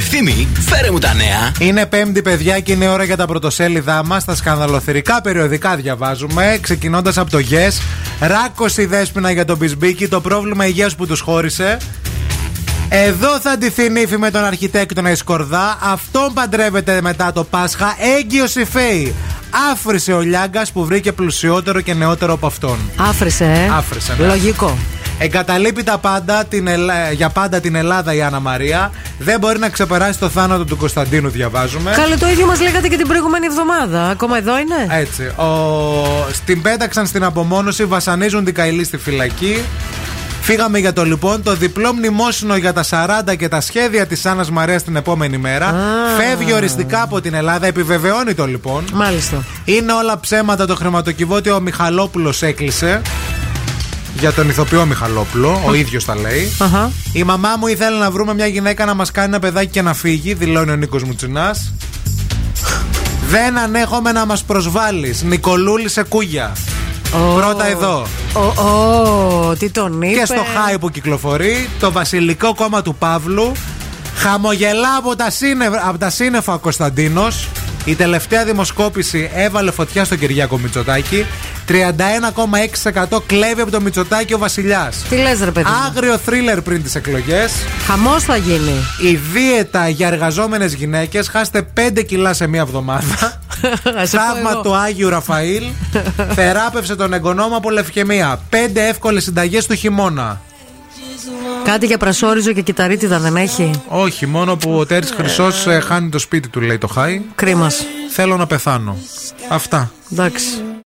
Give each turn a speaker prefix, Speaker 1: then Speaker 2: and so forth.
Speaker 1: Ευθύμη, φέρε μου τα νέα.
Speaker 2: Είναι πέμπτη, παιδιά, και είναι ώρα για τα πρωτοσέλιδά μας. Τα σκανδαλοθερικά περιοδικά διαβάζουμε. Ξεκινώντας από το Yes. Ράκωση δέσπινα για τον Μπισμπίκη, το πρόβλημα υγείας που τους χώρισε. Εδώ θα ντυθεί νύφη με τον αρχιτέκτονα Ισκορδά. Αυτόν παντρεύεται μετά το Πάσχα. Έγκυος η Φέη. Άφρισε ο Λιάγκας που βρήκε πλουσιότερο και νεότερο από αυτόν.
Speaker 3: Άφρισε, ε.
Speaker 2: Άφρισε, ναι.
Speaker 3: Λογικό.
Speaker 2: Εγκαταλείπει τα πάντα, την Ελλά- για πάντα την Ελλάδα η Άννα Μαρία. Δεν μπορεί να ξεπεράσει το θάνατο του Κωνσταντίνου, διαβάζουμε.
Speaker 3: Καλή, το ίδιο μας λέγατε και την προηγούμενη εβδομάδα. Ακόμα εδώ είναι.
Speaker 2: Έτσι. Ο... Στην πέταξαν στην απομόνωση, βασανίζουν την Καηλή στη φυλακή. Φύγαμε για το λοιπόν το διπλό μνημόσυνο για τα 40 και τα σχέδια της Άννας Μαρίας την επόμενη μέρα. Φεύγει οριστικά από την Ελλάδα, επιβεβαιώνει το λοιπόν.
Speaker 3: Μάλιστα.
Speaker 2: Είναι όλα ψέματα το χρηματοκιβώτιο. Ο Μιχαλόπουλος έκλεισε. Για τον ηθοποιό Μιχαλόπουλο, ο ίδιος τα λέει.
Speaker 3: Αχα.
Speaker 2: Η μαμά μου ήθελε να βρούμε μια γυναίκα να μας κάνει ένα παιδάκι και να φύγει, δηλώνει ο Νίκος Μουτσινά. Δεν ανέχομαι να μας προσβάλλεις. Νικολούλη σε κούγια.
Speaker 3: Ω.
Speaker 2: Πρώτα εδώ.
Speaker 3: Ω, ω, τι τον είπε.
Speaker 2: Και στο χάι που κυκλοφορεί, το βασιλικό κόμμα του Παύλου. Χαμογελά από τα, σύννεφα, από τα σύννεφα ο Κωνσταντίνος. Η τελευταία δημοσκόπηση έβαλε φωτιά στον Κυριάκο Μητσοτάκη. 31,6% κλέβει από το Μητσοτάκη ο Βασιλιάς.
Speaker 3: Τι λες, ρε παιδί. μου.
Speaker 2: Άγριο θρίλερ πριν τις εκλογές.
Speaker 3: Χαμός θα γίνει.
Speaker 2: Η δίαιτα για εργαζόμενες γυναίκες. Χάστε 5 κιλά σε μία εβδομάδα.
Speaker 3: Θα σε πω
Speaker 2: Θαύμα
Speaker 3: εγώ.
Speaker 2: του Άγιου Ραφαήλ. Θεράπευσε τον εγγονόμα από λευκαιμία. 5 εύκολες συνταγές του χειμώνα.
Speaker 3: Κάτι για πρασόριζο και κυταρίτιδα δεν έχει.
Speaker 2: Όχι, μόνο που ο Τέρης Χρυσός ε, χάνει το σπίτι του, λέει το Χάι.
Speaker 3: Κρίμα.
Speaker 2: Θέλω να πεθάνω. Αυτά.
Speaker 3: Εντάξει.